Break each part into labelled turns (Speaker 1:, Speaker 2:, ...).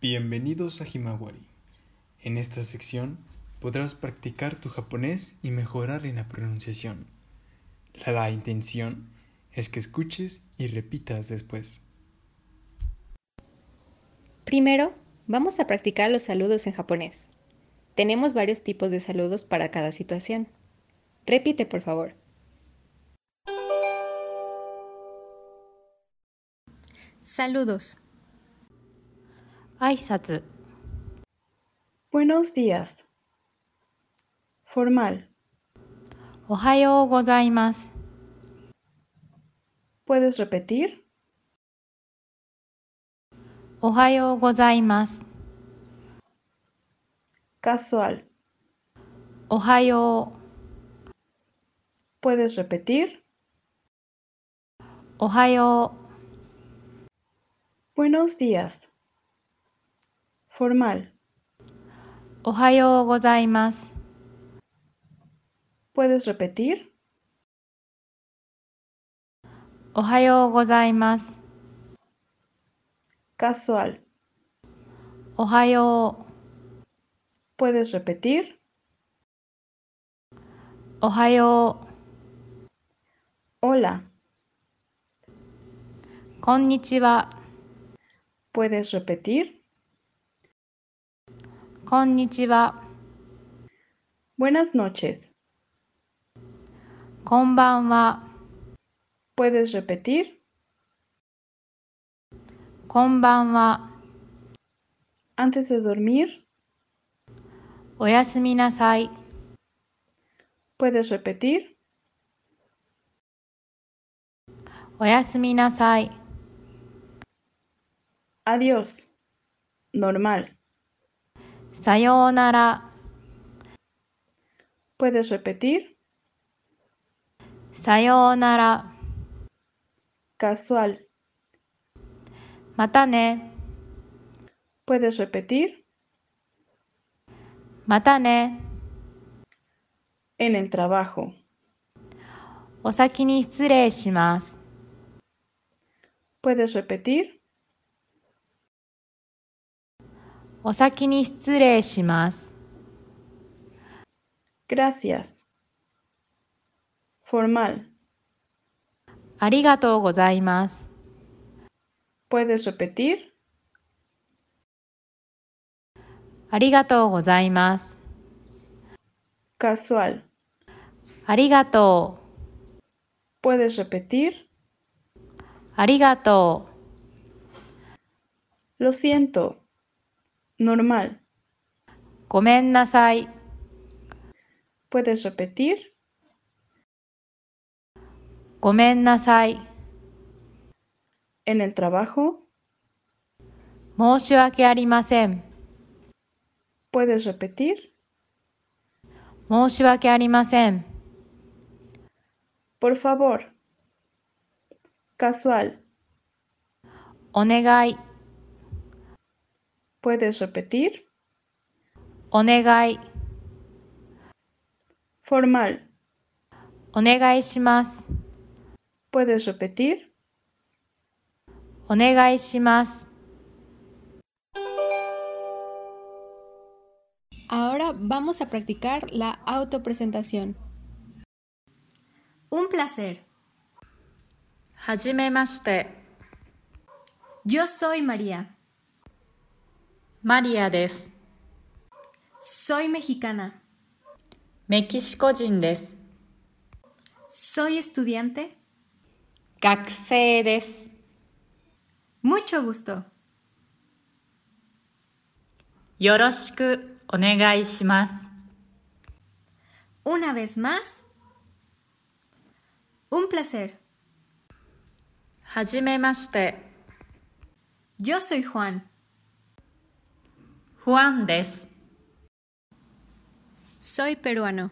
Speaker 1: Bienvenidos a Himawari. En esta sección podrás practicar tu japonés y mejorar en la pronunciación. La, la intención es que escuches y repitas después.
Speaker 2: Primero, vamos a practicar los saludos en japonés. Tenemos varios tipos de saludos para cada situación. Repite, por favor.
Speaker 3: Saludos.
Speaker 4: 挨拶
Speaker 5: Buenos días. Formal.
Speaker 4: おはようございます。
Speaker 5: ¿Puedes repetir?
Speaker 4: おはようございます。
Speaker 5: Casual.
Speaker 4: おはよ
Speaker 5: ¿Puedes repetir?
Speaker 4: う。おはよ
Speaker 5: Buenos días. Formal.
Speaker 4: う。おはようございます。
Speaker 5: ¿Puedes repetir?
Speaker 4: おはようございます。
Speaker 5: Casual.
Speaker 4: おはよ
Speaker 5: ¿Puedes repetir?
Speaker 4: う。おはよ
Speaker 5: Hola.
Speaker 4: う。こんにちは。
Speaker 5: ¿Puedes repetir?
Speaker 4: こんにちは。
Speaker 5: Buenas noches.
Speaker 4: こんばんは。
Speaker 5: ¿Puedes repetir?
Speaker 4: こんばんは。
Speaker 5: Antes de dormir,
Speaker 4: おやすみなさい。
Speaker 5: ¿puedes repetir?
Speaker 4: おやすみなさい。
Speaker 5: Adiós. Normal.
Speaker 4: さようなら。
Speaker 5: ¿Puedes repetir?
Speaker 4: さようなら。
Speaker 5: Casual.
Speaker 4: またね。
Speaker 5: ¿Puedes repetir?
Speaker 4: またね。
Speaker 5: En el trabajo.
Speaker 4: お先に失礼します。
Speaker 5: ¿Puedes repetir?
Speaker 4: お先に失礼します。
Speaker 5: Gracias. Formal.
Speaker 4: ありがとうございます。
Speaker 5: ¿Puedes repetir?
Speaker 4: ありがとうございます。
Speaker 5: Casual.
Speaker 4: ありがと
Speaker 5: ¿Puedes repetir?
Speaker 4: う。ありがと
Speaker 5: Lo siento. Normal.
Speaker 4: う。ごめんなさい。
Speaker 5: ¿Puedes repetir?
Speaker 4: ごめんなさい。
Speaker 5: En el trabajo.
Speaker 4: 申し訳ありません。
Speaker 5: ¿Puedes repetir?
Speaker 4: 申し訳ありません。
Speaker 5: Por favor. Casual.
Speaker 4: お願い。
Speaker 5: ¿Puedes repetir?
Speaker 4: お願い。
Speaker 5: Formal.
Speaker 4: お願いします。
Speaker 5: ¿Puedes repetir?
Speaker 4: お願いします。
Speaker 3: Ahora vamos a practicar la autopresentación. Un placer.
Speaker 4: はじめまして。
Speaker 3: Yo soy María.
Speaker 4: マリアです。
Speaker 3: Soy mexicana.
Speaker 4: メキシコ人です。
Speaker 3: Soy estudiante.
Speaker 4: 学生です。
Speaker 3: Mucho gusto.
Speaker 4: よろしくお願いします。
Speaker 3: Una vez más. Un placer.
Speaker 4: はじめまして。
Speaker 3: Yo soy Juan.
Speaker 4: 不安です。
Speaker 3: Soy peruano.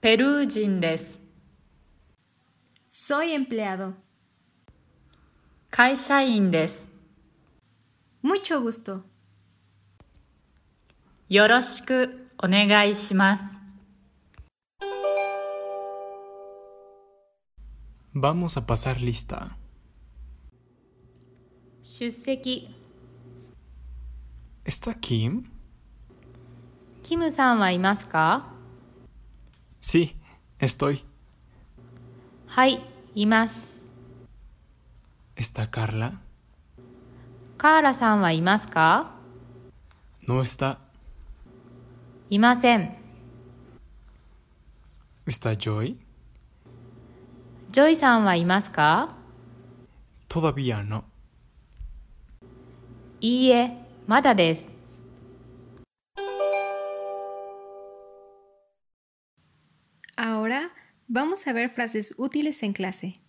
Speaker 4: ペルー人です。
Speaker 3: Soy empleado.
Speaker 4: 会社員です。
Speaker 3: Mucho gusto.
Speaker 4: よろしくお願いします。
Speaker 1: Vamos a pasar lista.
Speaker 4: 出席、
Speaker 1: ¿Está Kim?
Speaker 4: キムさんはいますか
Speaker 1: Sí, estoy.
Speaker 4: はい、います。
Speaker 1: ¿Está Carla?
Speaker 4: カーラさんはいますか
Speaker 1: No está.
Speaker 4: いません。
Speaker 1: ¿Está Joy?
Speaker 4: ジョイさんはいますか
Speaker 1: Todavía no.
Speaker 4: いいえ、まだです。
Speaker 3: Ahora vamos a ver frases útiles en clase.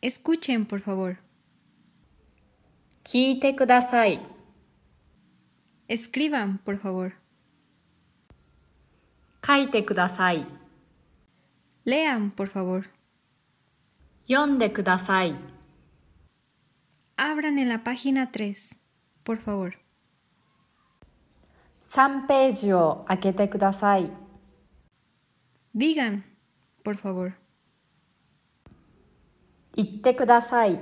Speaker 3: Escuchen, por favor.
Speaker 6: 聞いてください
Speaker 3: Escriban, por favor.
Speaker 6: 書いてください
Speaker 3: Lean, por favor.
Speaker 6: 読んでください
Speaker 3: Abran en la página 3, por favor.
Speaker 6: 3ページを開けてください
Speaker 3: Digan, por favor.
Speaker 6: 行ってください